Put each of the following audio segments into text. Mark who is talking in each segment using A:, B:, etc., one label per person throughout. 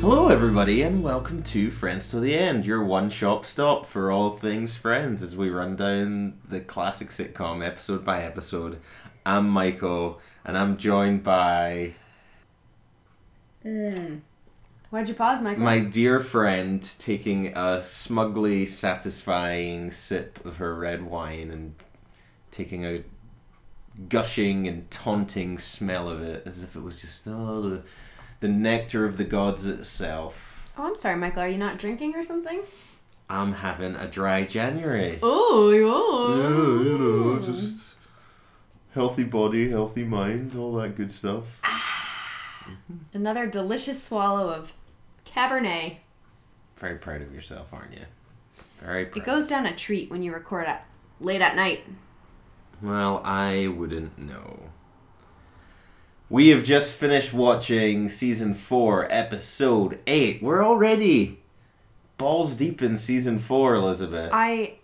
A: Hello, everybody, and welcome to Friends to the End, your one shop stop for all things friends as we run down the classic sitcom episode by episode. I'm Michael, and I'm joined by
B: Why'd you pause, Michael?
A: my dear friend taking a smugly satisfying sip of her red wine and taking a gushing and taunting smell of it as if it was just oh, the, the nectar of the gods itself.
B: oh, I'm sorry, Michael. Are you not drinking or something?
A: I'm having a dry January.
B: Oh,
A: just healthy body, healthy mind, all that good stuff.
B: Another delicious swallow of Cabernet.
A: Very proud of yourself, aren't you? Very proud.
B: It goes down a treat when you record at late at night.
A: well, I wouldn't know. We have just finished watching season 4, episode 8. We're already balls deep in season 4, Elizabeth.
B: I,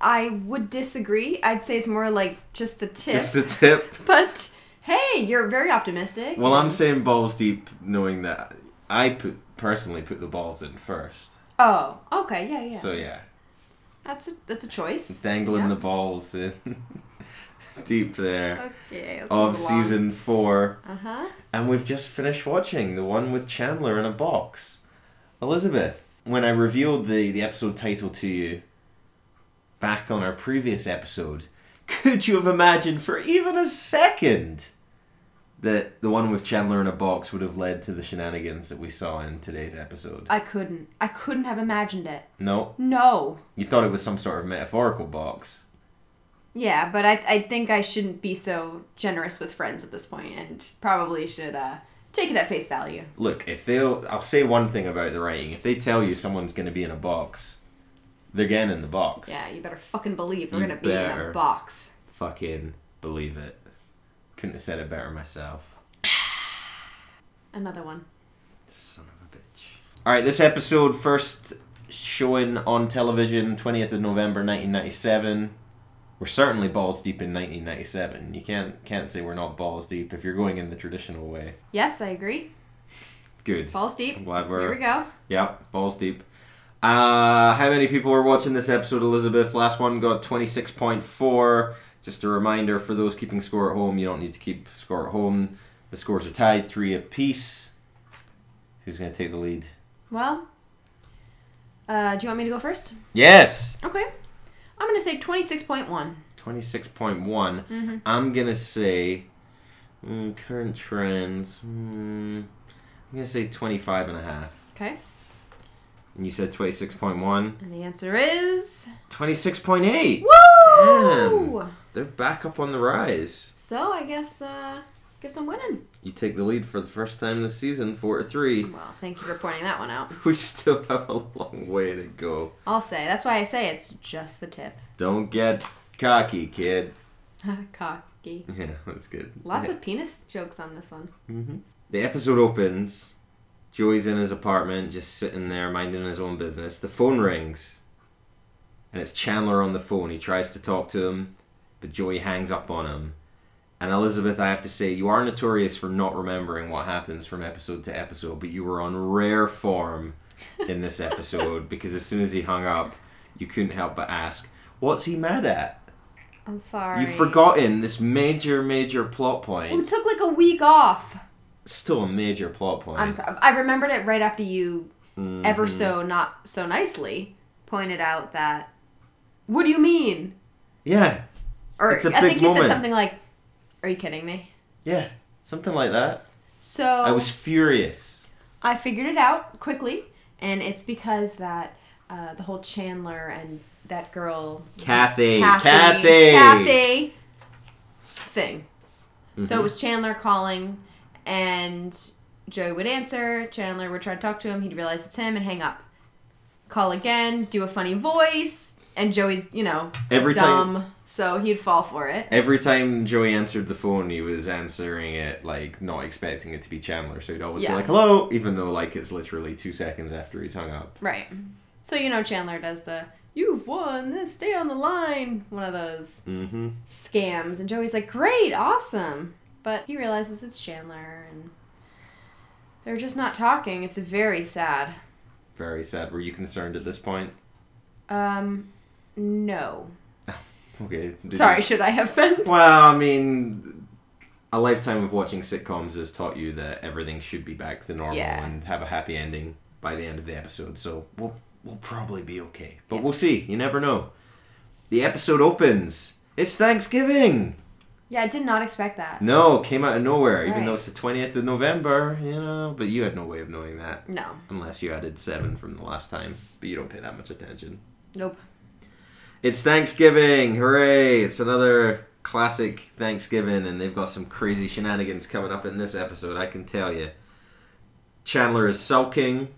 B: I would disagree. I'd say it's more like just the tip.
A: just the tip.
B: but hey, you're very optimistic.
A: Well, I'm saying balls deep knowing that I put, personally put the balls in first.
B: Oh, okay, yeah, yeah.
A: So, yeah.
B: that's a that's a choice.
A: dangling
B: Yeah.
A: the balls in deep there
B: Okay.
A: of
B: let's move along.
A: season four.
B: Uh-huh.
A: And we've just finished watching the one with Chandler in a box. Elizabeth, when I revealed the, the episode title to you back on our previous episode, could you have imagined for even a second that the one with Chandler in a box would have led to the shenanigans that we saw in today's episode?
B: I couldn't. I couldn't have imagined it.
A: No?
B: No.
A: You thought it was some sort of metaphorical box.
B: Yeah, but I, I think I shouldn't be so generous with friends at this point and probably should uh, take it at face value.
A: look if they'll i'll say one thing about the writing if they tell you someone's going to be in a box they're getting in the box
B: Yeah, you better fucking believe we're
A: You
B: going to be in
A: better.
B: a box.
A: fucking believe it couldn't have said it better myself
B: Another one.
A: son of a bitch all right this episode first showing on television 20th of november 1997 we're certainly balls deep in 1997 you can't can't say we're not balls deep if you're going in the traditional way
B: Yes, I agree.
A: good
B: Falls deep.
A: I'm glad we're
B: Here we go.
A: Yep, balls deep. Uh, how many people were watching this episode, Elizabeth? Last one got 26.4. Just a reminder for those keeping score at home, you don't need to keep score at home. The scores are tied, three apiece. Who's going to take the lead?
B: Well, uh, do you want me to go first?
A: Yes!
B: Okay. I'm going to say 26.1.
A: 26one Mm-hmm. I'm going to say mm, current trends. Mm, I'm going to say 25 and a half.
B: Okay.
A: And you said 26.1?
B: And the answer is.
A: 26.8!
B: Woo!
A: They're back up on the rise.
B: So I guess, uh, guess I'm winning.
A: You take the lead for the first time this season, four to three.
B: Well, thank you for pointing that one out.
A: We still have a long way to go.
B: I'll say. That's why I say it's just the tip.
A: Don't get cocky, kid.
B: Cocky.
A: Yeah, that's good.
B: Lots of penis jokes on this one.
A: The episode opens. Joey's in his apartment, just sitting there, minding his own business. The phone rings, and it's Chandler on the phone. He tries to talk to him, but Joey hangs up on him. And Elizabeth, I have to say, you are notorious for not remembering what happens from episode to episode, but you were on rare form in this episode because as soon as he hung up, you couldn't help but ask, What's he mad at?
B: I'm sorry. Oh.
A: You've forgotten this major, major plot
B: We
A: point.
B: took like a week off.
A: Still a major plot point.
B: I'm sorry. I remembered it right after you,
A: Mm-hmm.
B: ever so not so nicely, pointed out that. What do you mean?
A: Yeah,
B: Or
A: It's a
B: I
A: big
B: think you
A: moment.
B: said something like, "Are you kidding me?"
A: Yeah, something like that.
B: So
A: I was furious.
B: I figured it out quickly, and it's because that uh, the whole Chandler and that girl
A: Kathy. Kathy.
B: Kathy, Kathy thing.
A: Mm-hmm.
B: So it was Chandler calling, and Joey would answer. Chandler would try to talk to him. He'd realize it's him and hang up. Call again, do a funny voice, and Joey's you know
A: Every time-
B: dumb, so he'd fall for it.
A: Every time Joey answered the phone, he was answering it like not expecting it to be Chandler, so he'd always be
B: Yeah.
A: like, "Hello," even though like it's literally two seconds after he's hung up.
B: Right. So you know Chandler does the "You've won this, stay on the line" one of those
A: Mm-hmm.
B: scams, and Joey's like, "Great, awesome," but he realizes it's Chandler and. They're just not talking. It's very sad.
A: Very sad. Were you concerned at this point?
B: Um, no.
A: Okay. did you-
B: Sorry, should I have been?
A: Well, I mean, a lifetime of watching sitcoms has taught you that everything should be back to normal
B: Yeah.
A: and have a happy ending by the end of the episode. So we'll we'll probably be okay, but
B: Yeah.
A: we'll see. You never know. The episode opens. It's Thanksgiving.
B: Yeah, I did not expect that.
A: No, came out of nowhere. Even
B: Right.
A: though it's the twentieth of November, you know. But you had no way of knowing that
B: No.
A: unless you added seven from the last time. But you don't pay that much attention.
B: Nope.
A: It's Thanksgiving. Hooray! It's another classic Thanksgiving, and they've got some crazy shenanigans coming up in this episode, I can tell you. Chandler is sulking,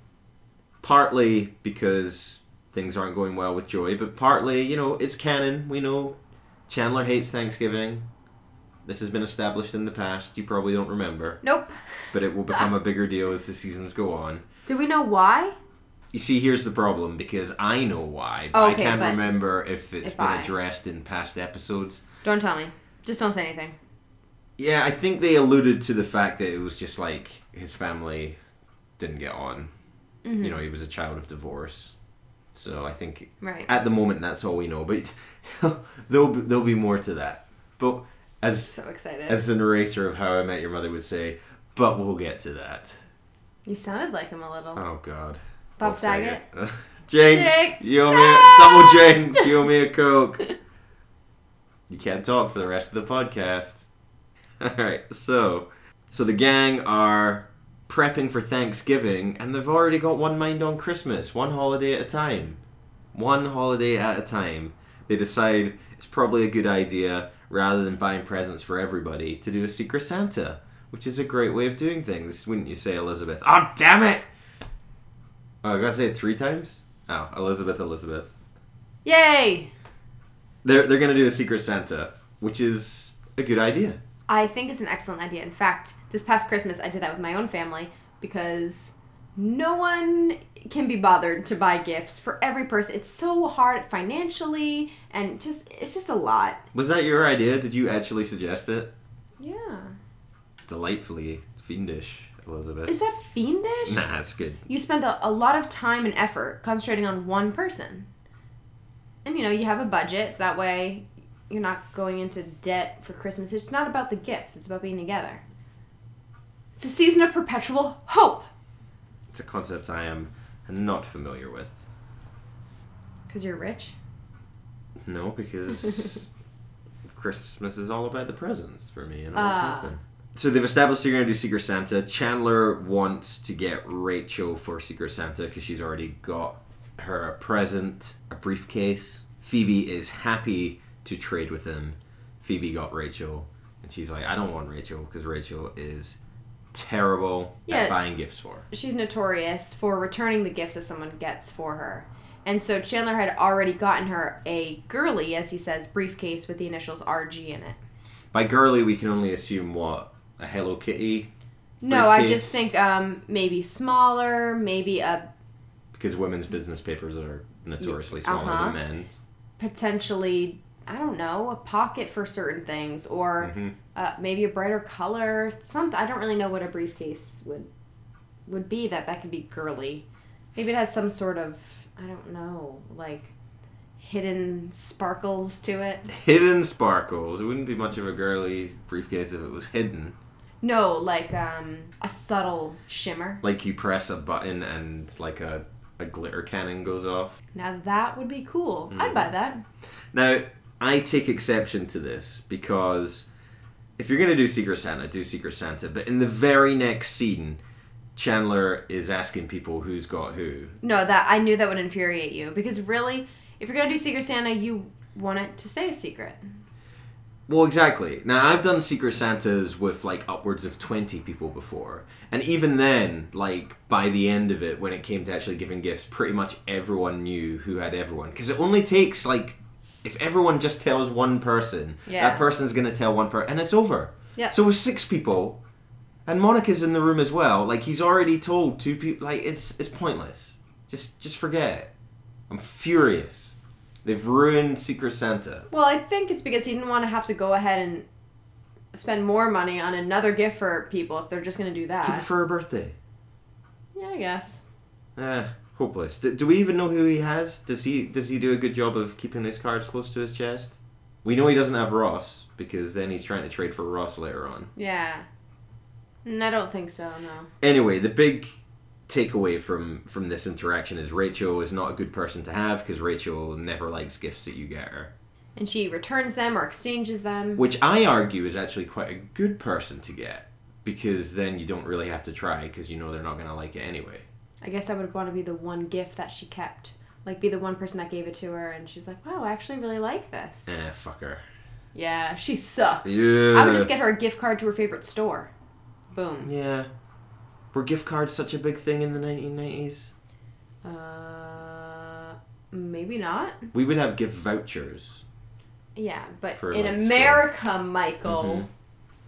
A: partly because things aren't going well with Joy, but partly, you know, it's canon. We know Chandler hates Thanksgiving. This has been established in the past. You probably don't remember,
B: Nope.
A: but it will become a bigger deal as the seasons go on.
B: Do we know why?
A: You see, here's the problem because I know why,
B: Oh,
A: but
B: okay,
A: I can't
B: but
A: remember if it's
B: if
A: been
B: I-
A: addressed in past episodes.
B: Don't tell me. Just don't say anything.
A: Yeah, I think they alluded to the fact that it was just like his family didn't get on.
B: Mm-hmm.
A: You know, he was a child of divorce. So I think
B: Right.
A: at the moment that's all we know, but there'll be, there'll be more to that. But as
B: so excited.
A: as the narrator of How I Met Your Mother would say, but we'll get to that.
B: you sounded like him a little.
A: Oh God.
B: Bob
A: Don't say
B: Saget?
A: it. Jinx,
B: Jinx!
A: you owe me
B: No!
A: a, double Jinx. You owe me a coke. you can't talk for the rest of the podcast. All right, so so the gang are prepping for Thanksgiving, and they've already got one mind on Christmas, one holiday at a time, one holiday at a time. They decide it's probably a good idea rather than buying presents for everybody to do a secret Santa, which is a great way of doing things, wouldn't you say, Elizabeth? Oh, damn it! Oh, I gotta say it three times? Oh, Elizabeth, Elizabeth.
B: Yay!
A: They're, they're gonna do a Secret Santa, which is a good idea.
B: I think it's an excellent idea. In fact, this past Christmas I did that with my own family because no one can be bothered to buy gifts for every person. It's so hard financially and just it's just a lot.
A: Was that your idea? Did you actually suggest it?
B: Yeah.
A: Delightfully fiendish, Elizabeth.
B: Is that fiendish?
A: nah, that's good.
B: You spend a, a lot of time and effort concentrating on one person. And you know, you have a budget, so that way you're not going into debt for Christmas. It's not about the gifts, it's about being together. It's a season of perpetual hope.
A: It's a concept I am not familiar with.
B: Because you're rich?
A: No, because Christmas is all about the presents for me and always
B: Ah.
A: has been. So they've established they're going to do Secret Santa. Chandler wants to get Rachel for Secret Santa because she's already got her a present, a briefcase. Phoebe is happy to trade with him. Phoebe got Rachel, and she's like, I don't want Rachel because Rachel is terrible
B: Yeah.
A: at buying gifts for.
B: She's notorious for returning the gifts that someone gets for her. And so Chandler had already gotten her a girly, as he says, briefcase with the initials RG in it.
A: By girly, we can only assume what? A Hello Kitty?
B: No, I
A: Briefcase.
B: just think um, maybe smaller, maybe a
A: because women's business papers are notoriously smaller
B: uh-huh.
A: than men's.
B: potentially I don't know a pocket for certain things or
A: Mhm.
B: uh, maybe a brighter color. Something I don't really know what a briefcase would would be that that could be girly. Maybe it has some sort of I don't know like hidden sparkles to it.
A: Hidden sparkles. It wouldn't be much of a girly briefcase if it was hidden.
B: No, like um, a subtle shimmer.
A: Like you press a button and like a, a glitter cannon goes off.
B: Now that would be cool. I'd buy that.
A: Now, I take exception to this because if you're going to do Secret Santa, do Secret Santa. But in the very next scene, Chandler is asking people who's got who.
B: No, that I knew that would infuriate you because really, if you're gonna do Secret Santa, you want it to stay a secret.
A: Well, exactly. Now, I've done Secret Santas with like upwards of 20 people before. And even then, like by the end of it, when it came to actually giving gifts, pretty much everyone knew who had everyone. Because it only takes like, if everyone just tells one person,
B: Yeah.
A: that person's going to tell one person, and it's over.
B: Yeah.
A: So with six people, and Monica's in the room as well, like he's already told two people, like it's, it's pointless. Just, just forget it. I'm furious. They've ruined Secret Santa.
B: Well, I think it's because he didn't want to have to go ahead and spend more money on another gift for people if they're just going to do
A: Keep it
B: that.
A: for her birthday.
B: Yeah, I guess.
A: Eh, hopeless. Do, do we even know who he has? Does he does he do a good job of keeping his cards close to his chest? We know he doesn't have Ross because then he's trying to trade for Ross later on.
B: Yeah. Mm, I don't think so, no.
A: Anyway, the big takeaway from from this interaction is Rachel is not a good person to have because Rachel never likes gifts that you get her,
B: And she returns them or exchanges them.
A: which I argue is actually quite a good person to get because then you don't really have to try because you know they're not going to like it anyway.
B: I guess I would want to be the one gift that she kept. Like, be the one person that gave it to her, and she's like, wow, I actually really like this.
A: Eh, fuck her.
B: Yeah, she sucks.
A: Yeah.
B: I would just get her a gift card to her favorite store. Boom.
A: Yeah. Were gift cards such a big thing in the 1990s?
B: Uh, maybe not.
A: We would have gift vouchers,
B: Yeah, but
A: For,
B: in
A: like,
B: America, Michael,
A: Mhm.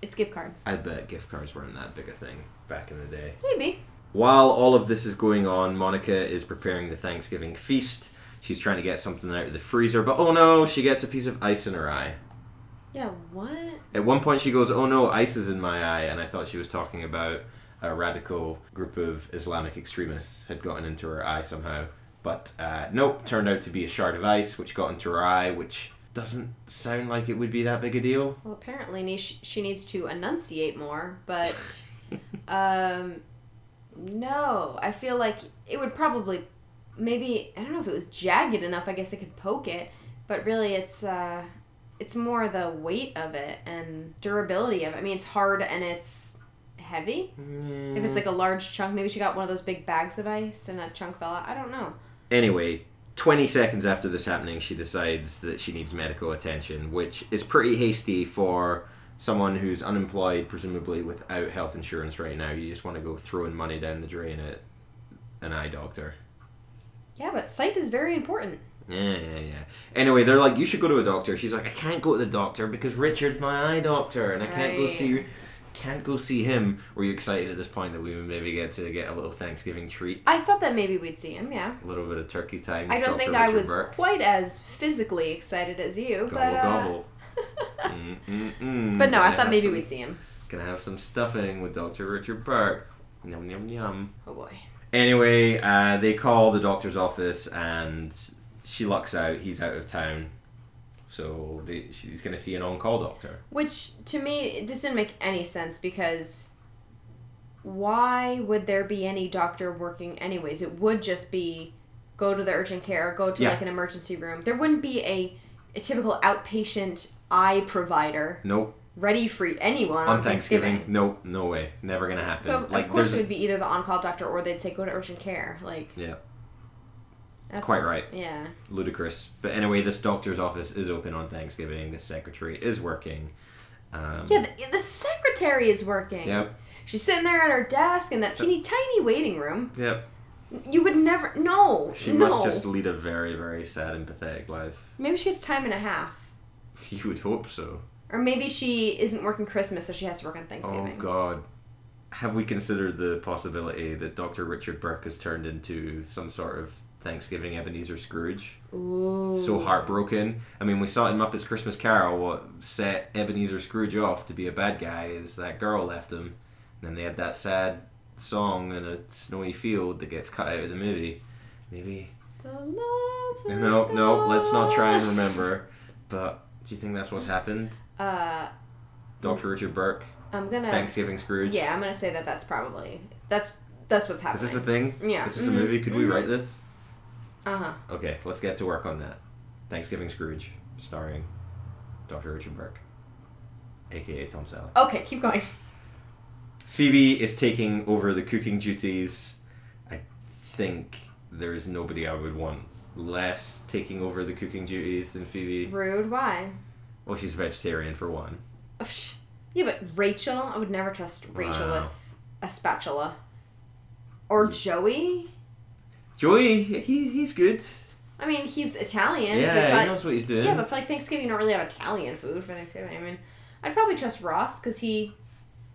B: it's gift cards.
A: I bet gift cards weren't that big a thing back in the day.
B: Maybe.
A: While all of this is going on, Monica is preparing the Thanksgiving feast. She's trying to get something out of the freezer, but oh no, she gets a piece of ice in her eye.
B: Yeah, what?
A: At one point, she goes, Oh no, ice is in my eye, and I thought she was talking about a radical group of Islamic extremists had gotten into her eye somehow. But uh, nope, turned out to be a shard of ice which got into her eye, which doesn't sound like it would be that big a deal.
B: Well, apparently ne- sh- she needs to enunciate more, but um, no, I feel like it would probably maybe I don't know if it was jagged enough. I guess it could poke it, but really, it's uh, it's more the weight of it and durability of it. I mean, it's hard and it's heavy. If
A: Mm-hmm. Mm.
B: it's like a large chunk, maybe she got one of those big bags of ice and a chunk fell out. I don't know.
A: Anyway, 20 seconds after this happening, she decides that she needs medical attention, which is pretty hasty for someone who's unemployed, presumably without health insurance right now. You just want to go throwing money down the drain at an eye doctor.
B: Yeah, but sight is very important.
A: Yeah, yeah, yeah. Anyway, they're like, you should go to a doctor. She's like, I can't go to the doctor because Richard's my eye doctor, and I can't go
B: Right.
A: see, can't go see him. Were you excited at this point that we would maybe get to get a little Thanksgiving treat,
B: I thought that maybe we'd see him. Yeah.
A: a little bit of turkey time? with
B: I don't
A: Dr.
B: think I
A: Richard
B: was
A: Burke?
B: quite as physically excited as you, but uh,
A: Gobble gobble. mm, mm, mm.
B: but no,
A: Gonna
B: I thought
A: have
B: maybe
A: some-
B: we'd see him.
A: Gonna have some stuffing with Dr. Richard Burke. Yum yum yum.
B: Oh boy.
A: Anyway, uh, they call the doctor's office and she lucks out. He's out of town. So they, she's going to see an on call doctor.
B: Which to me, this didn't make any sense because why would there be any doctor working anyways? It would just be go to the urgent care, go to
A: Yeah.
B: like an emergency room. There wouldn't be a, a typical outpatient eye provider
A: Nope.
B: ready for anyone
A: On Thanksgiving. Nope. No way. Never going to happen.
B: So of
A: like,
B: course
A: there's
B: it would be either the on-call doctor or they'd say go to urgent care. Like
A: Yeah.
B: that's
A: Quite right.
B: Yeah.
A: ludicrous. But anyway, this doctor's office is open on Thanksgiving. The secretary is working. Um,
B: Yeah, the, the secretary is working.
A: Yep.
B: She's sitting there at her desk in that teeny tiny waiting room.
A: Yep.
B: You would never. No.
A: She
B: no.
A: must just lead a very, very sad and pathetic life.
B: Maybe she gets time and a half.
A: You would hope so.
B: Or maybe she isn't working Christmas, so she has to work on
A: Oh
B: Thanksgiving.
A: God. Have we considered the possibility that Dr. Richard Burke has turned into some sort of Thanksgiving Ebenezer Scrooge?
B: Ooh.
A: So heartbroken. I mean, we saw it in Muppets Christmas Carol what set Ebenezer Scrooge off to be a bad guy is that girl left him. And then they had that sad song in a snowy field that gets cut out of the movie. Maybe.
B: The love is
A: No, no, let's not try and
B: gone.
A: remember. But do you think that's what's happened?
B: Uh,
A: Dr. Richard Burke,
B: I'm gonna.
A: Thanksgiving Scrooge?
B: Yeah, I'm gonna say that that's probably that's that's what's
A: Is
B: happening.
A: this a thing?
B: Yeah.
A: Is this a
B: Mhm.
A: movie? Could we
B: Mhm.
A: write this?
B: Uh huh.
A: Okay, let's get to work on that. Thanksgiving Scrooge, starring Dr. Richard Burke, aka Tom Selleck.
B: Okay, keep going.
A: Phoebe is taking over the cooking duties. I think there is nobody I would want less taking over the cooking duties than Phoebe.
B: Rude. Why?
A: Well, she's vegetarian for one.
B: Ugh, sh- Yeah, but Rachel, I would never trust Rachel
A: Wow.
B: with a spatula. Or Joey.
A: Joey, he, he's good.
B: I mean, he's Italian. so
A: yeah, he
B: if I-
A: knows what he's doing.
B: yeah, but for like Thanksgiving, you don't really have Italian food for Thanksgiving. I mean, I'd probably trust Ross because he,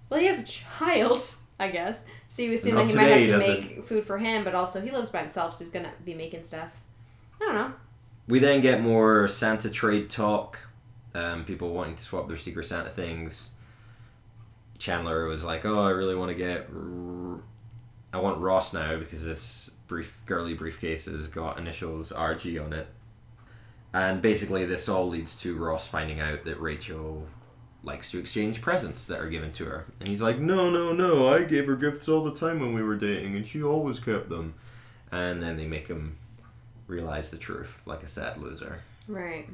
B: well, he has a child, I guess. So you assume
A: Not
B: that he
A: today,
B: might have
A: does
B: to make food for him, but also he lives by himself, so he's gonna be making stuff. I don't know.
A: We then get more Santa trade talk. Um, people wanting to swap their Secret Santa things. Chandler was like, "Oh, I really want to get." r- I want Ross now because this brief girly briefcase has got initials RG on it. And basically, this all leads to Ross finding out that Rachel likes to exchange presents that are given to her. And he's like, No, no, no, I gave her gifts all the time when we were dating, and she always kept them. And then they make him realize the truth, like a sad loser.
B: Right.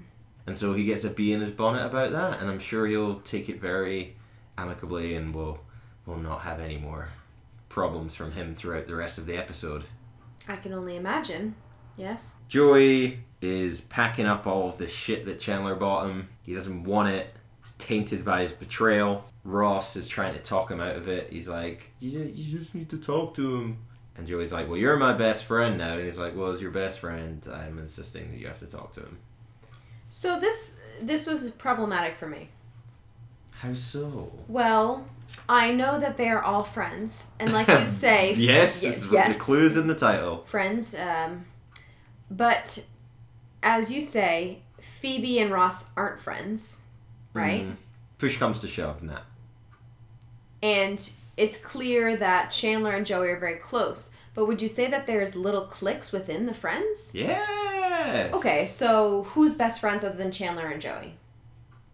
A: And so he gets a bee in his bonnet about that, and I'm sure he'll take it very amicably and will will not have any more problems from him throughout the rest of the episode.
B: I can only imagine. Yes.
A: Joey is packing up all of the shit that Chandler bought him. He doesn't want it. He's tainted by his betrayal. Ross is trying to talk him out of it. He's like, you, you just need to talk to him. And Joey's like, Well, you're my best friend now. And he's like, Well, as your best friend, I'm insisting that you have to talk to him.
B: So this this was problematic for me.
A: How so?
B: Well, I know that they are all friends, and like you say,
A: yes,
B: y-
A: this is the clues in the title.
B: friends. Um, but as you say, Phoebe and Ross aren't friends, right?
A: Mhm. Push comes to shove, nah.
B: And it's clear that Chandler and Joey are very close. But would you say that there's little cliques within the friends?
A: Yes.
B: Okay, so who's best friends other than Chandler and Joey?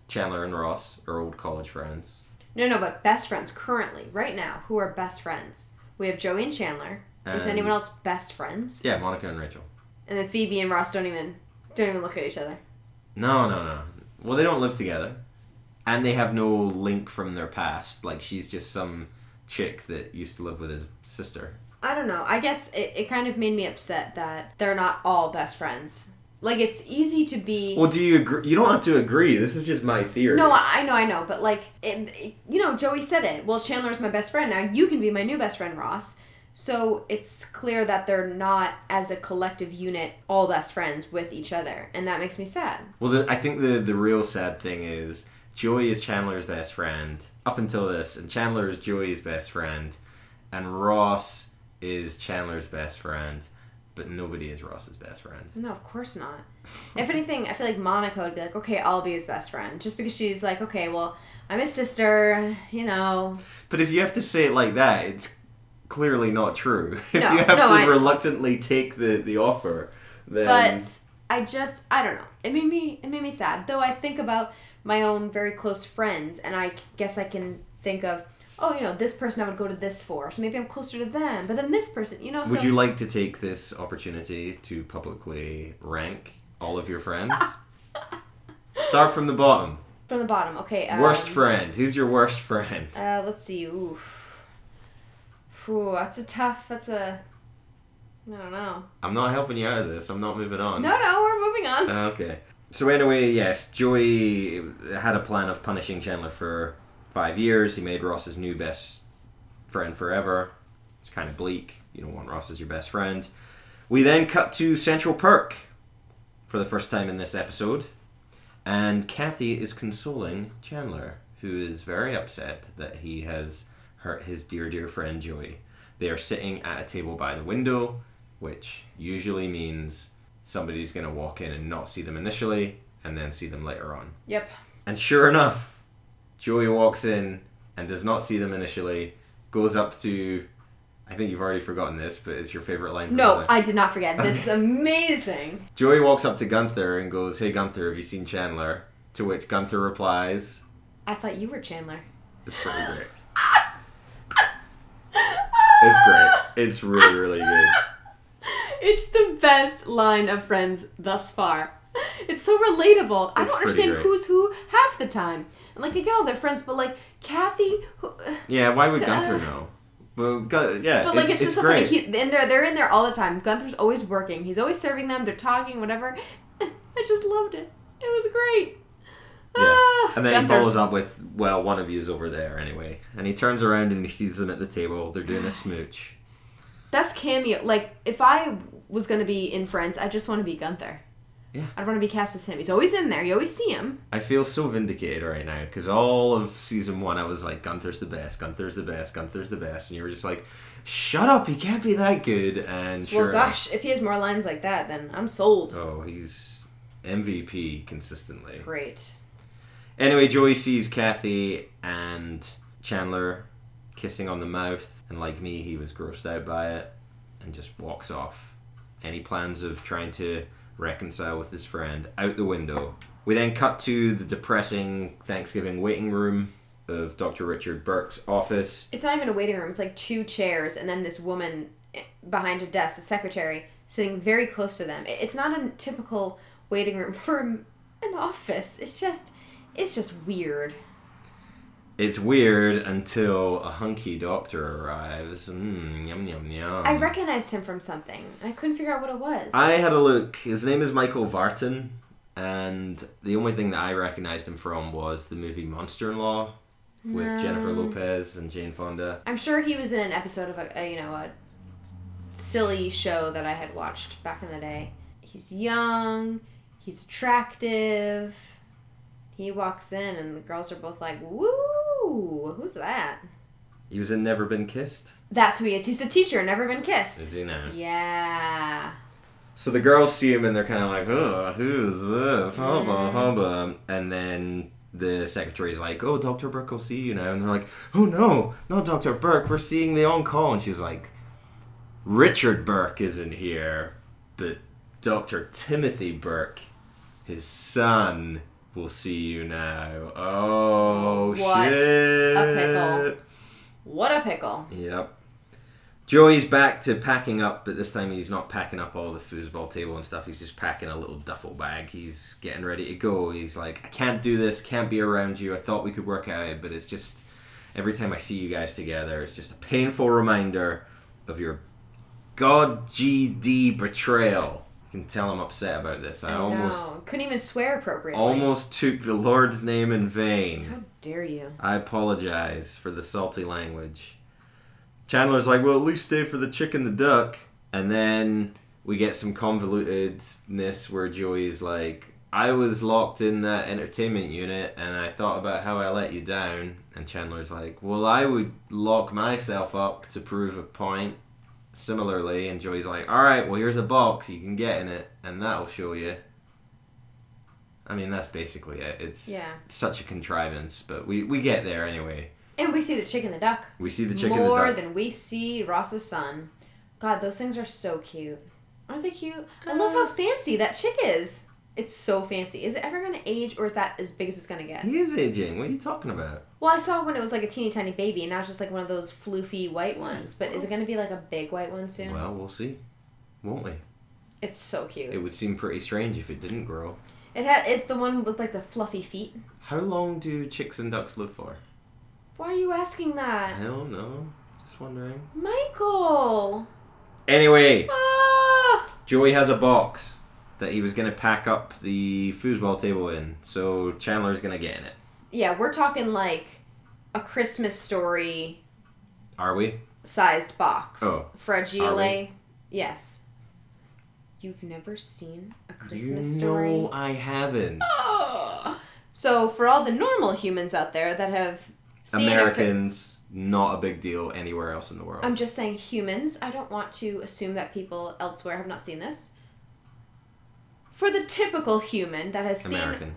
A: Chandler and Ross are old college friends.
B: No, no, but best friends currently, right now, who are best friends? We have Joey and Chandler. Is
A: Um,
B: anyone else best friends?
A: Yeah, Monica and Rachel.
B: And then Phoebe and Ross don't even don't even look at each other.
A: No, no, no. Well, they don't live together, and they have no link from their past. Like she's just some chick that used to live with his sister.
B: I don't know. I guess it, it kind of made me upset that they're not all best friends. Like it's easy to be
A: Well, do you agree? You don't have to agree. This is just my theory.
B: No, I I know, I know, but like, it, it- you know, Joey said it. Well, Chandler's my best friend now. You can be my new best friend, Ross. So it's clear that they're not, as a collective unit, all best friends with each other, and that makes me sad.
A: Well, the, I think the the real sad thing is Joey is Chandler's best friend up until this, and Chandler is Joey's best friend, and Ross is Chandler's best friend, but nobody is Ross's best friend.
B: No, of course not. if anything, I feel like Monica would be like, okay, I'll be his best friend, just because she's like, okay, well, I'm his sister, you know.
A: But if you have to say it like that, it's clearly not true. if
B: No,
A: you have
B: no,
A: to
B: I-
A: reluctantly take the, the offer, then
B: But I just I don't know. It made me it made me sad. Though I think about my own very close friends, and I c- guess I can think of oh you know this person I would go to this for, so maybe I'm closer to them. But then this person, you know, so
A: would you like to take this opportunity to publicly rank all of your friends? Start from the bottom.
B: from the bottom. Okay, um,
A: worst friend. Who's your worst friend?
B: Uh, let's see. Oof. Ooh, that's a tough. That's a. I don't know.
A: I'm not helping you out of this. I'm not moving on.
B: No, no, we're moving
A: uh,
B: on.
A: Okay. So anyway, yes, Joey had a plan of punishing Chandler for five years. He made Ross his new best friend forever. It's kind of bleak. You don't want Ross as your best friend. We then cut to Central Perk for the first time in this episode, and Kathy is consoling Chandler, who is very upset that he has hurt his dear dear friend Joey. They are sitting at a table by the window, which usually means somebody's going to walk in and not see them initially and then see them later on.
B: Yep.
A: And sure enough, Joey walks in and does not see them initially, goes up to I think you've already forgotten this, but it's your favorite line. from
B: No,
A: the-
B: I did not forget. This is amazing.
A: Joey walks up to Gunther and goes, "Hey Gunther, have you seen Chandler?" To which Gunther replies,
B: I thought you were Chandler.
A: "It's pretty great. It's great. It's really really good."
B: It's the best line of Friends thus far. It's so relatable. I
A: It's
B: don't
A: pretty
B: understand
A: great.
B: who's who half the time. And like I get all their friends, but like Kathy, who,
A: Yeah, why would Gunther know? Well, Gun- yeah,
B: but like
A: it-
B: it's, just so
A: great.
B: funny. He, and they're they're in there all the time. Gunther's always working. He's always serving them. They're talking, whatever. I just loved it. It was great.
A: Yeah.
B: Ah,
A: And then he
B: Gunther's-
A: follows up with, well, one of you's over there anyway. And he turns around and he sees them at the table. They're doing a smooch.
B: Best cameo. Like if I was gonna be in Friends, I just want to be Gunther.
A: Yeah.
B: I'd want to be cast as him. He's always in there. You always see him.
A: I feel so vindicated right now because all of season one I was like, Gunther's the best, Gunther's the best, Gunther's the best. And you were just like, shut up, he can't be that good. And sure.
B: well,
A: enough-
B: gosh, if he has more lines like that, then I'm sold.
A: Oh, he's MVP consistently.
B: Great.
A: Anyway, Joey sees Kathy and Chandler kissing on the mouth, and like me, he was grossed out by it and just walks off. Any plans of trying to reconcile with his friend out the window. We then cut to the depressing Thanksgiving waiting room of Dr. Richard Burke's office.
B: It's not even a waiting room. It's like two chairs, and then this woman eh, behind a desk, a secretary, sitting very close to them. It- It's not a typical waiting room for an office. It's just, it's just weird.
A: It's weird until a hunky doctor arrives. Mmm, yum, yum, yum.
B: I recognized him from something, and I couldn't figure out what it was.
A: I had a look. His name is Michael Vartan, and the only thing that I recognized him from was the movie Monster in Law with Jennifer Lopez and Jane Fonda.
B: I'm sure he was in an episode of a, a you know a silly show that I had watched back in the day. He's young, he's attractive. He walks in and the girls are both like, "Woo, who's that?"
A: He was in Never Been Kissed.
B: That's who he is. He's the teacher, never been
A: Is
B: kissed.
A: he now?
B: Yeah.
A: So the girls see him and they're kind of like, oh, who's this? Hubba,
B: Mm.
A: hubba. And then the secretary's like, oh, Dr. Burke will see you now. And they're like, oh, no, not Dr. Burke. We're seeing the on call. And she's like, Richard Burke isn't here, but Dr. Timothy Burke, his son, will see you now. Oh,
B: What a
A: shit.
B: pickle. What a pickle.
A: Yep. Joey's back to packing up, but this time he's not packing up all the foosball table and stuff. He's just packing a little duffel bag. He's getting ready to go. He's like, I can't do this, can't be around you. I thought we could work it out, but it's just every time I see you guys together, it's just a painful reminder of your God GD betrayal. You can tell I'm upset about this. I, almost
B: no. couldn't even swear appropriately.
A: almost took the Lord's name in vain.
B: How dare you?
A: I apologize for the salty language. Chandler's like, well, at least stay for the chicken, the duck. And then we get some convolutedness where Joey's like, I was locked in that entertainment unit and I thought about how I let you down. And Chandler's like, well, I would lock myself up to prove a point. Similarly, and Joey's like, all right, well, here's a box, you can get in it, and that'll show you. I mean, that's basically it. It's
B: Yeah.
A: such a contrivance, but we, we get there anyway.
B: And we see the chick and the duck
A: We see the chicken the
B: more
A: duck.
B: than we see Ross's son. God, those things are so cute. Aren't they cute? I love how fancy that chick is. It's so fancy. Is it ever gonna age, or is that as big as it's gonna get?
A: He is aging. What are you talking about?
B: Well, I saw it when it was like a teeny tiny baby, and now it's just like one of those floofy white ones. But is it gonna be like a big white one soon?
A: Well, we'll see. Won't we?
B: It's so cute.
A: It would seem pretty strange if it didn't grow.
B: It ha- it's the one with like the fluffy feet.
A: How long do chicks and ducks live for?
B: Why are you asking
A: I
B: that?
A: don't know. Just wondering.
B: Michael!
A: Anyway,
B: Ah!
A: Joey has a box that he was going to pack up the foosball table in, so Chandler's going to get in it.
B: Yeah, we're talking like a Christmas story
A: Are we?
B: sized box.
A: Oh, are
B: Fragile. Yes. You've never seen a Christmas
A: you
B: story?
A: know I haven't.
B: Ah. So, for all the normal humans out there that have seen a Chri-
A: Americans, not a big deal anywhere else in the world.
B: I'm just saying humans. I don't want to assume that people elsewhere have not seen this. For the typical human that has seen
A: American.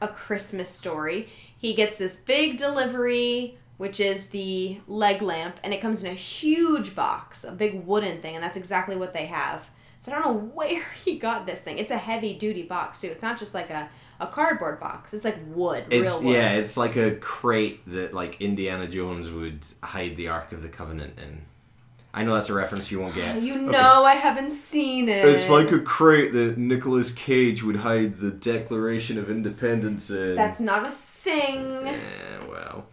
B: a Christmas story, he gets this big delivery, which is the leg lamp, and it comes in a huge box, a big wooden thing, and that's exactly what they have. So I don't know where he got this thing. It's a heavy duty box too. It's not just like a, a cardboard box. It's like wood,
A: It's
B: real wood.
A: yeah, it's like a crate that like Indiana Jones would hide the Ark of the Covenant in. I know that's a reference you won't get.
B: You
A: Okay.
B: know I haven't seen it.
A: It's like a crate that Nicolas Cage would hide the Declaration of Independence in.
B: That's not a thing.
A: yeah, well.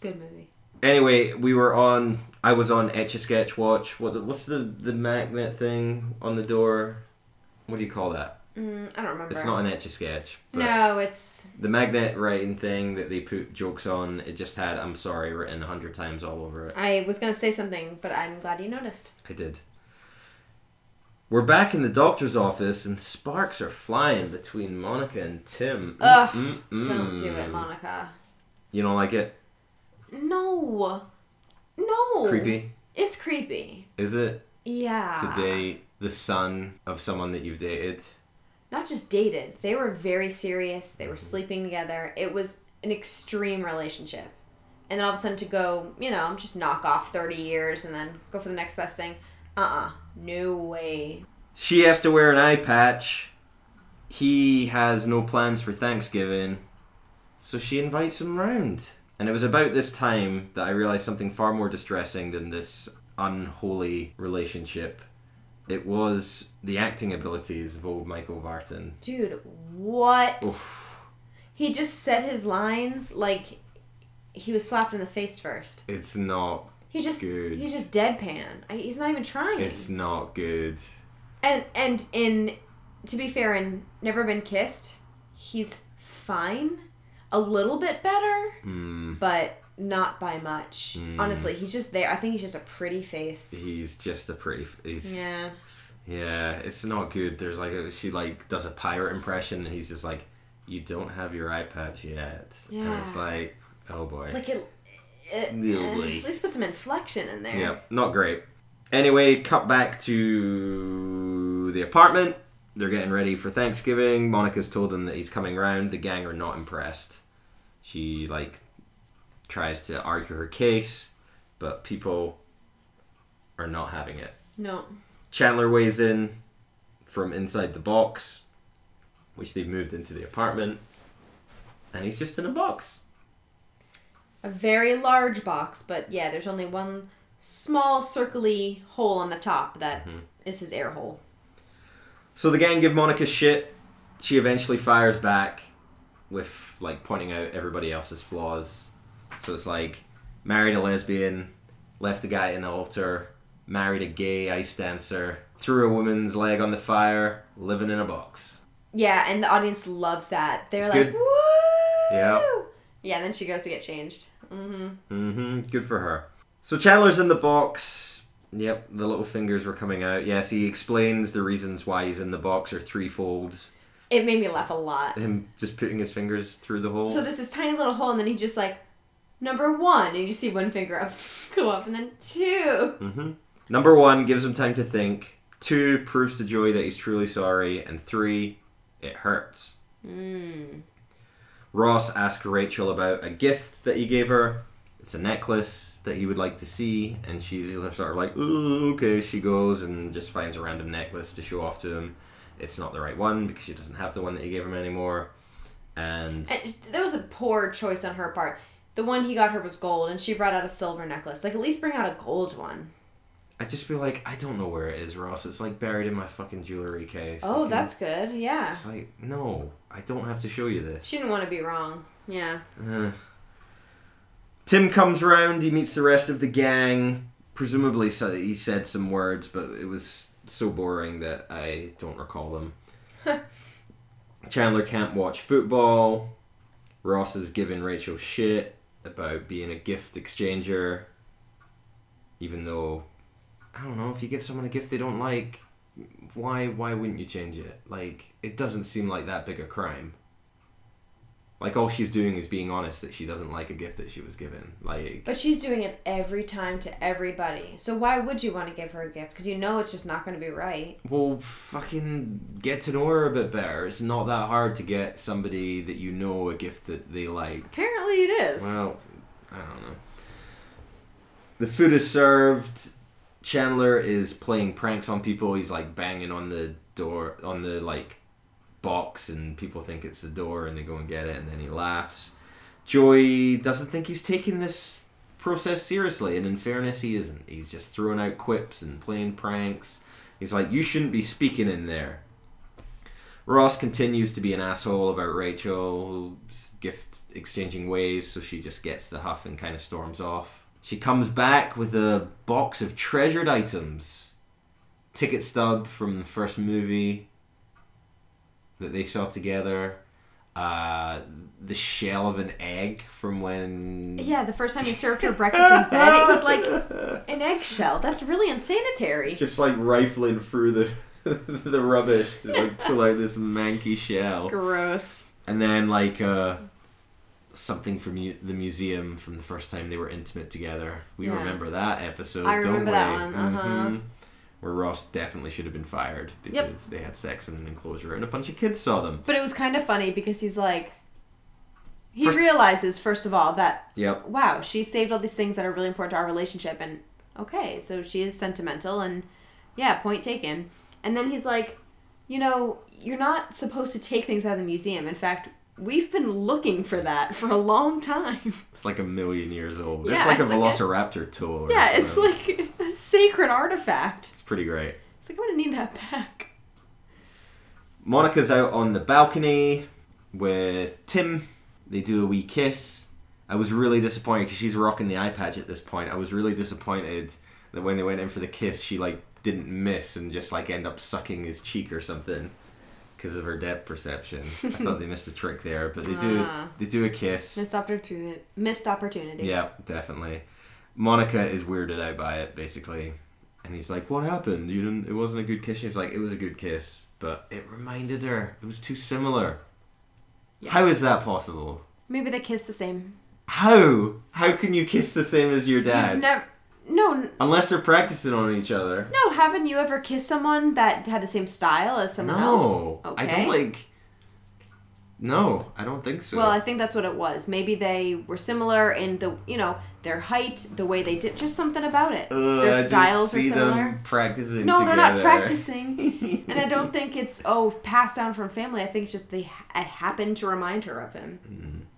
B: Good movie.
A: Anyway, we were on. I was on Etch a Sketch Watch. What what's the the magnet thing on the door? What do you call that?
B: Mm, I don't remember.
A: It's not an Etch a Sketch.
B: no, it's
A: The magnet writing thing that they put jokes on, it just had "I'm sorry" written a hundred times all over it.
B: I was gonna say something, but I'm glad you noticed.
A: I did. We're back in the doctor's office, and sparks are flying between Monica and Tim.
B: Ugh,
A: Mm-mm-mm.
B: Don't do
A: Hmm.
B: it, Monica.
A: You don't like it?
B: No. No.
A: Creepy?
B: It's creepy.
A: Is it to
B: Yeah.
A: date the son of someone that you've dated?
B: Not just dated.
A: Mm-hmm.
B: They were very serious. They were sleeping together. It was an extreme relationship. and then all of a sudden to go, you know, just knock off 30 years and then go for the next best thing. Uh uh No way.
A: She has to wear an eye patch. He has no plans for Thanksgiving. So she invites him round. And it was about this time that I realized something far more distressing than this unholy relationship. It was the acting abilities of old Michael Vartan.
B: Dude, what?
A: Oof.
B: He just said his lines like he was slapped in the face first.
A: It's not
B: He just
A: Good.
B: he's just deadpan. I, he's not even trying.
A: it's not good.
B: and and in to be fair, in Never Been Kissed, he's fine, a little bit better,
A: Mm,
B: but not by much.
A: Mm.
B: Honestly, he's just there. I think he's just a pretty face.
A: he's just a pretty f- he's
B: Yeah.
A: Yeah, it's not good. There's like a, she like does a pirate impression, and he's just like, "You don't have your eye patch yet." And it's
B: Yeah.
A: like, oh boy.
B: Like it. it
A: No
B: eh,
A: way.
B: at least put some inflection in there.
A: yeah, not great. Anyway, cut back to the apartment. They're getting ready for Thanksgiving. Monica's told them that he's coming round. The gang are not impressed. She like tries to argue her case, but people are not having it.
B: No.
A: Chandler weighs in from inside the box, which they've moved into the apartment, and he's just in a box.
B: A very large box, but yeah, there's only one small circly hole on the top that
A: Mm-hmm.
B: is his air hole.
A: So the gang give Monica shit. She eventually fires back with like pointing out everybody else's flaws. So it's like married a lesbian, left a guy at an altar, married a gay ice dancer, threw a woman's leg on the fire, living in a box.
B: Yeah, and the audience loves that. They're
A: It's
B: like,
A: good.
B: woo!
A: Yeah.
B: Yeah, and then she goes to get changed. Mm-hmm.
A: hmm Good for her. So Chandler's in the box. Yep, the little fingers were coming out. Yes, he explains the reasons why he's in the box are threefold.
B: It made me laugh a lot.
A: Him just putting his fingers through the hole.
B: So there's this tiny little hole, and then he just like, number one, and you see one finger up, go up, and then two.
A: hmm Number one gives him time to think. Two proves to Joey that he's truly sorry, and three, it hurts.
B: Mm.
A: Ross asks Rachel about a gift that he gave her. It's a necklace that he would like to see, and she's sort of like, Ooh, okay. She goes and just finds a random necklace to show off to him. It's not the right one because she doesn't have the one that he gave him anymore. And
B: And that was a poor choice on her part. The one he got her was gold, and she brought out a silver necklace. Like, at least bring out a gold one.
A: I just feel like, I don't know where it is, Ross. It's like buried in my fucking jewelry case.
B: Oh,
A: Like,
B: that's good. Yeah.
A: It's like, no, I don't have to show you this.
B: She didn't want to be wrong. Yeah.
A: Uh. Tim comes round. He meets the rest of the gang. Presumably, so he said some words, but it was so boring that I don't recall them. Chandler can't watch football. Ross is giving Rachel shit about being a gift exchanger, even though I don't know if you give someone a gift they don't like. Why? Why wouldn't you change it? Like, it doesn't seem like that big a crime. Like all she's doing is being honest that she doesn't like a gift that she was given. Like
B: But she's doing it every time to everybody. So why would you want to give her a gift? Because you know it's just not going to be right.
A: well, fucking get to know her a bit better. It's not that hard to get somebody that you know a gift that they like.
B: Apparently it is.
A: Well, I don't know. The food is served. Chandler is playing pranks on people. He's like banging on the door, on the like box, and people think it's the door and they go and get it, and then he laughs. Joy doesn't think he's taking this process seriously, and in fairness, he isn't. He's just throwing out quips and playing pranks. He's like, You shouldn't be speaking in there. Ross continues to be an asshole about Rachel's gift exchanging ways, so she just gets the huff and kind of storms off. She comes back with a box of treasured items ticket stub from the first movie that they saw together, uh, the shell of an egg from when.
B: yeah, the first time he served her breakfast in bed, it was like an eggshell. That's really insanitary.
A: Just like rifling through the. the rubbish to like pull out this manky shell.
B: Gross.
A: and then like uh, something from mu- the museum from the first time they were intimate together. We
B: Yeah.
A: remember that episode.
B: I
A: don't
B: remember
A: we?
B: that one, uh-huh.
A: Mhm. Where Ross definitely should have been fired because they had sex in an enclosure and a bunch of kids saw them.
B: But it was kind of funny because he's like, He
A: First-
B: realizes, first of all, that,
A: Yep.
B: wow, she saved all these things that are really important to our relationship. And okay, so she is sentimental. And yeah, point taken. And then he's like, you know, you're not supposed to take things out of the museum. In fact, we've been looking for that for a long time.
A: It's like a million years old.
B: Yeah,
A: it's like
B: it's
A: a
B: like a-
A: velociraptor tool. or
B: yeah, it's
A: something.
B: like a sacred artifact.
A: It's pretty great.
B: It's like, I'm going to need that back.
A: Monica's out on the balcony with Tim. They do a wee kiss. I was really disappointed because she's rocking the eye patch at this point. I was really disappointed that when they went in for the kiss, she like didn't miss and just like end up sucking his cheek or something because of her depth perception. I thought they missed a trick there, but they do
B: Ah.
A: they do a kiss.
B: Missed opportunity. Missed opportunity.
A: Yeah, definitely. Monica is weirded out by it, basically. And he's like, What happened? You didn't it wasn't a good kiss. She was like, It was a good kiss, but it reminded her. It was too similar.
B: Yeah.
A: How is that possible?
B: Maybe they kiss the same.
A: How? How can you kiss the same as your dad?
B: You've never. No, n-
A: Unless they're practicing on each other.
B: no. Haven't you ever kissed someone that had the same style as someone
A: No.
B: else? Okay.
A: I don't like No, I don't think so.
B: Well, I think that's what it was. Maybe they were similar in the, you know, their height, the way they did, just something about it.
A: Ugh, Uh, I
B: their
A: just
B: styles are
A: see
B: similar.
A: Them practicing
B: no, they're not
A: together.
B: practicing. and I don't think it's oh passed down from family. I think it's just they ha- it happened to remind her of him.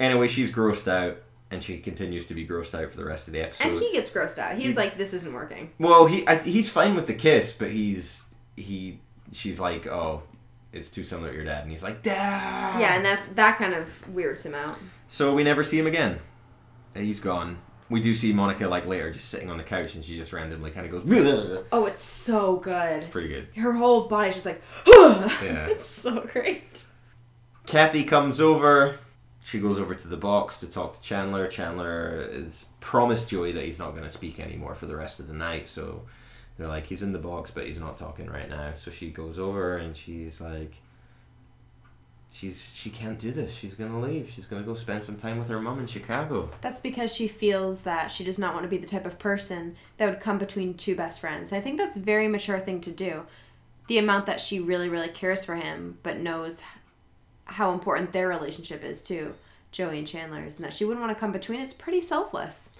A: Anyway, she's grossed out, and she continues to be grossed out for the rest of the episode.
B: and he gets grossed out. He's
A: You-
B: like, this isn't working.
A: Well, he I, he's fine with the kiss, but he's he she's like, oh, it's too similar to your dad, and he's like, dad.
B: Yeah, and that that kind of weirds him out.
A: So we never see him again. And He's gone. We do see Monica like later, just sitting on the couch, and she just randomly kind of goes. "Bleh."
B: Oh, it's so good.
A: Pretty good.
B: Her whole body's just like, it's so great.
A: Kathy comes over. She goes over to the box to talk to Chandler. Chandler is promised Joey that he's not going to speak anymore for the rest of the night. So they're like, he's in the box, but he's not talking right now. So she goes over and she's like, she's she can't do this. She's going to leave. She's going to go spend some time with her mom in Chicago.
B: That's because she feels that she does not want to be the type of person that would come between two best friends. I think that's a very mature thing to do. The amount that she really, really cares for him, but knows how important their relationship is to Joey and Chandler's, and that she wouldn't want to come between. It's pretty selfless.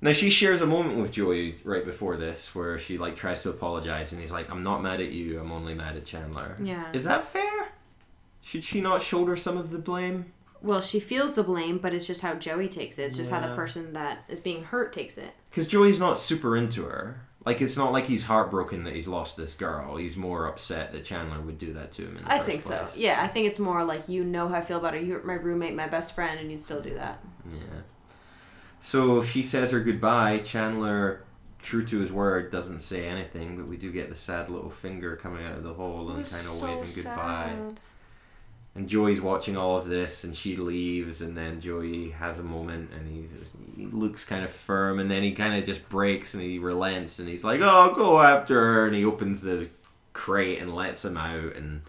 A: Now she shares a moment with Joey right before this where she like tries to apologize and he's like, I'm not mad at you. I'm only mad at Chandler.
B: Yeah.
A: Is that fair? Should she not shoulder some of the blame?
B: Well, she feels the blame, but it's just how Joey takes it. It's just how the
A: Yeah.
B: person that is being hurt takes it.
A: Because Joey's not super into her. Like, it's not like he's heartbroken that he's lost this girl. He's more upset that Chandler would do that to him. In the
B: I
A: first
B: think so.
A: place.
B: Yeah, I think it's more like you know how I feel about her. You're my roommate, my best friend, and you still do that.
A: Yeah. So she says her goodbye. Chandler, true to his word, doesn't say anything, but we do get the sad little finger coming out of the hole and kind of waving goodbye. And Joey's watching all of this, and she leaves, and then Joey has a moment, and he, he looks kind of firm, and then he kind of just breaks, and he relents, and he's like, "Oh, go after her!" And he opens the crate and lets him out, and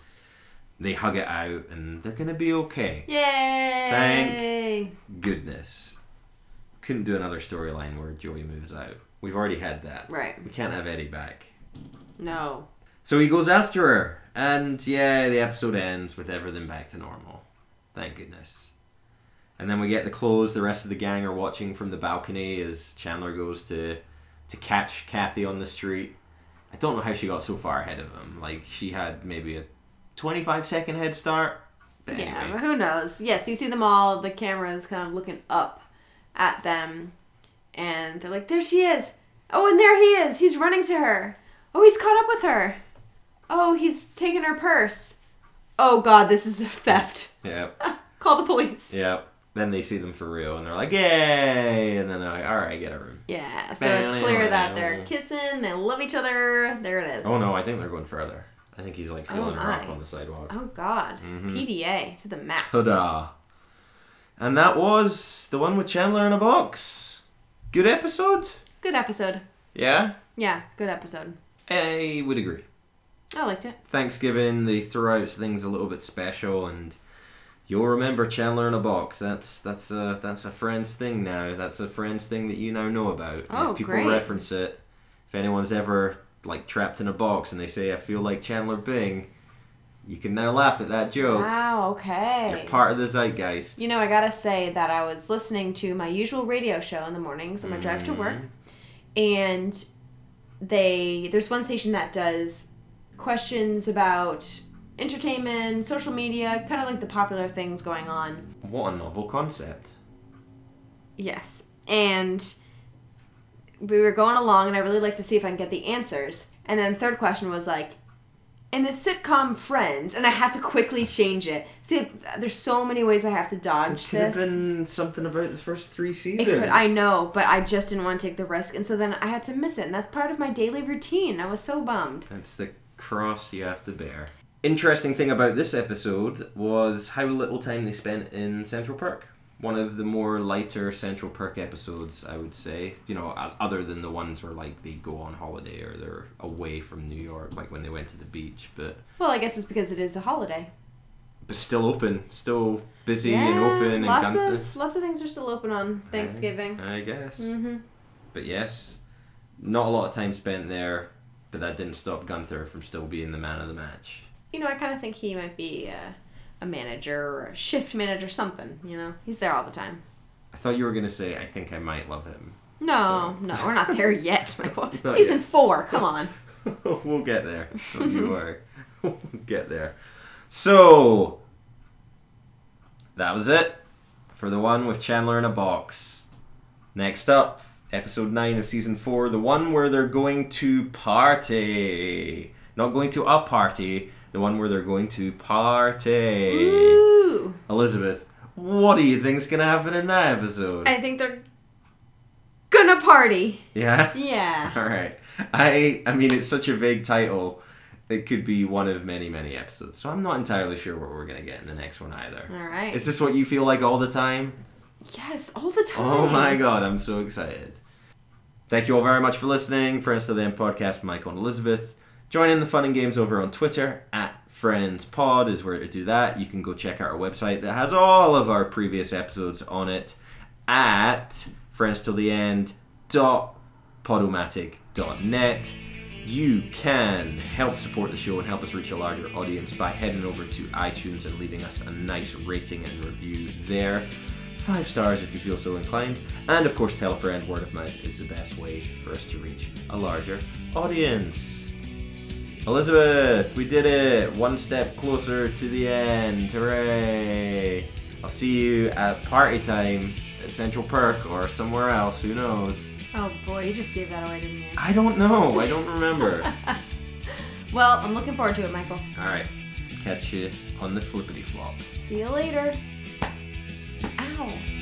A: they hug it out, and they're gonna be okay.
B: Yay!
A: Goodness, couldn't do another storyline where Joey moves out. We've already had that.
B: Right.
A: We can't have Eddie back.
B: No.
A: So he goes after her, and yeah, the episode ends with everything back to normal. Thank goodness. And then we get the close. The rest of the gang are watching from the balcony as Chandler goes to to catch Kathy on the street. I don't know how she got so far ahead of him. Like she had maybe a twenty five second head start. But anyway,
B: Yeah, but who knows? Yes, you see them all. The camera is kind of looking up at them, and they're like, "There she is! Oh, and there he is! He's running to her! Oh, he's caught up with her! Oh, he's taken her purse! Oh God, this is a theft!
A: yeah,
B: Call the police!"
A: yeah. Then they see them for real, and they're like, "Yay!" And then they're like, "All right, get a room."
B: Yeah, so it's clear that they're kissing, they love each other. There it is.
A: Oh no, I think they're going further. I think he's like feeling her up
B: Oh, my.
A: on the sidewalk.
B: Oh God.
A: Mm-hmm.
B: PDA to the max.
A: Huzzah. And that was the one with Chandler in a box. Good episode.
B: Good episode.
A: Yeah,
B: Yeah, good episode.
A: I would agree.
B: I liked it.
A: Thanksgiving, they throw out things a little bit special, and you'll remember Chandler in a box. That's that's a that's a Friends thing now. That's a Friends thing that you now know about. And
B: Oh,
A: if people
B: great.
A: reference it, if anyone's ever like trapped in a box and they say I feel like Chandler Bing, You can now laugh at that joke.
B: Wow, okay.
A: You're part of the zeitgeist.
B: You know, I gotta say that I was listening to my usual radio show in the mornings on my drive to work,
A: Mm-hmm.
B: and they there's one station that does questions about entertainment, social media, kind of like the popular things going on.
A: What a novel concept.
B: Yes, and we were going along, and I really like to see if I can get the answers. And then third question was like, in the sitcom Friends, and I had to quickly change it. See, th- there's so many ways I have to dodge
A: It could
B: this.
A: have been something about the first three
B: It
A: seasons.
B: could, I know, but I just didn't want to take the risk, and so then I had to miss it, and that's part of my daily routine. I was so bummed.
A: That's the cross you have to bear. Interesting thing about this episode was how little time they spent in Central Park. One of the more lighter Central Park episodes, I would say. You know, o- other than the ones where like they go on holiday or they're away from New York, like when they went to the beach, but
B: Well, I guess it's because it is a holiday.
A: but still open, still busy and open and
B: lots
A: gun-
B: of lots of things are still open on Thanksgiving.
A: I guess.
B: Mm-hmm.
A: But yes, not a lot of time spent there, but that didn't stop Gunther from still being the man of the match.
B: You know, I kind of think he might be uh, a manager or a shift manager, something. You know, he's there all the time.
A: I thought you were gonna say, I think I might love him.
B: No, no, we're not there yet, Michael.
A: Not
B: Season
A: yet.
B: four, come on.
A: we'll get there. Don't you worry. we'll get there. So that was it for the one with Chandler in a box. Next up, episode nine of season four, the one where they're going to party. Not going to a party, the one where they're going to party.
B: Ooh,
A: Elizabeth, what do you think's gonna happen in that episode?
B: I think they're gonna party.
A: yeah?
B: Yeah.
A: All right. I I mean it's such a vague title. It could be one of many many episodes. So I'm not entirely sure what we're going to get in the next one either.
B: All right.
A: Is this what you feel like all the time?
B: yes, all the time.
A: Oh my god, I'm so excited. Thank you all very much for listening. Friends to the End podcast, Michael and Elizabeth. Join in the fun and games over on Twitter at Friends Pod is where to do that. You can go check out our website that has all of our previous episodes on it at friends till the end dot podomatic.net. You can help support the show and help us reach a larger audience by heading over to iTunes and leaving us a nice rating and review there. Five stars if you feel so inclined. And of course, tell a friend, word of mouth is the best way for us to reach a larger audience. Elizabeth, we did it! One step closer to the end. Hooray! I'll see you at party time at Central Perk or somewhere else, who knows?
B: Oh boy, you just gave that away, didn't you?
A: I don't know. I don't remember.
B: Well, I'm looking forward to it, Michael.
A: All right. Catch you on the flippity flop.
B: See you later. Ow.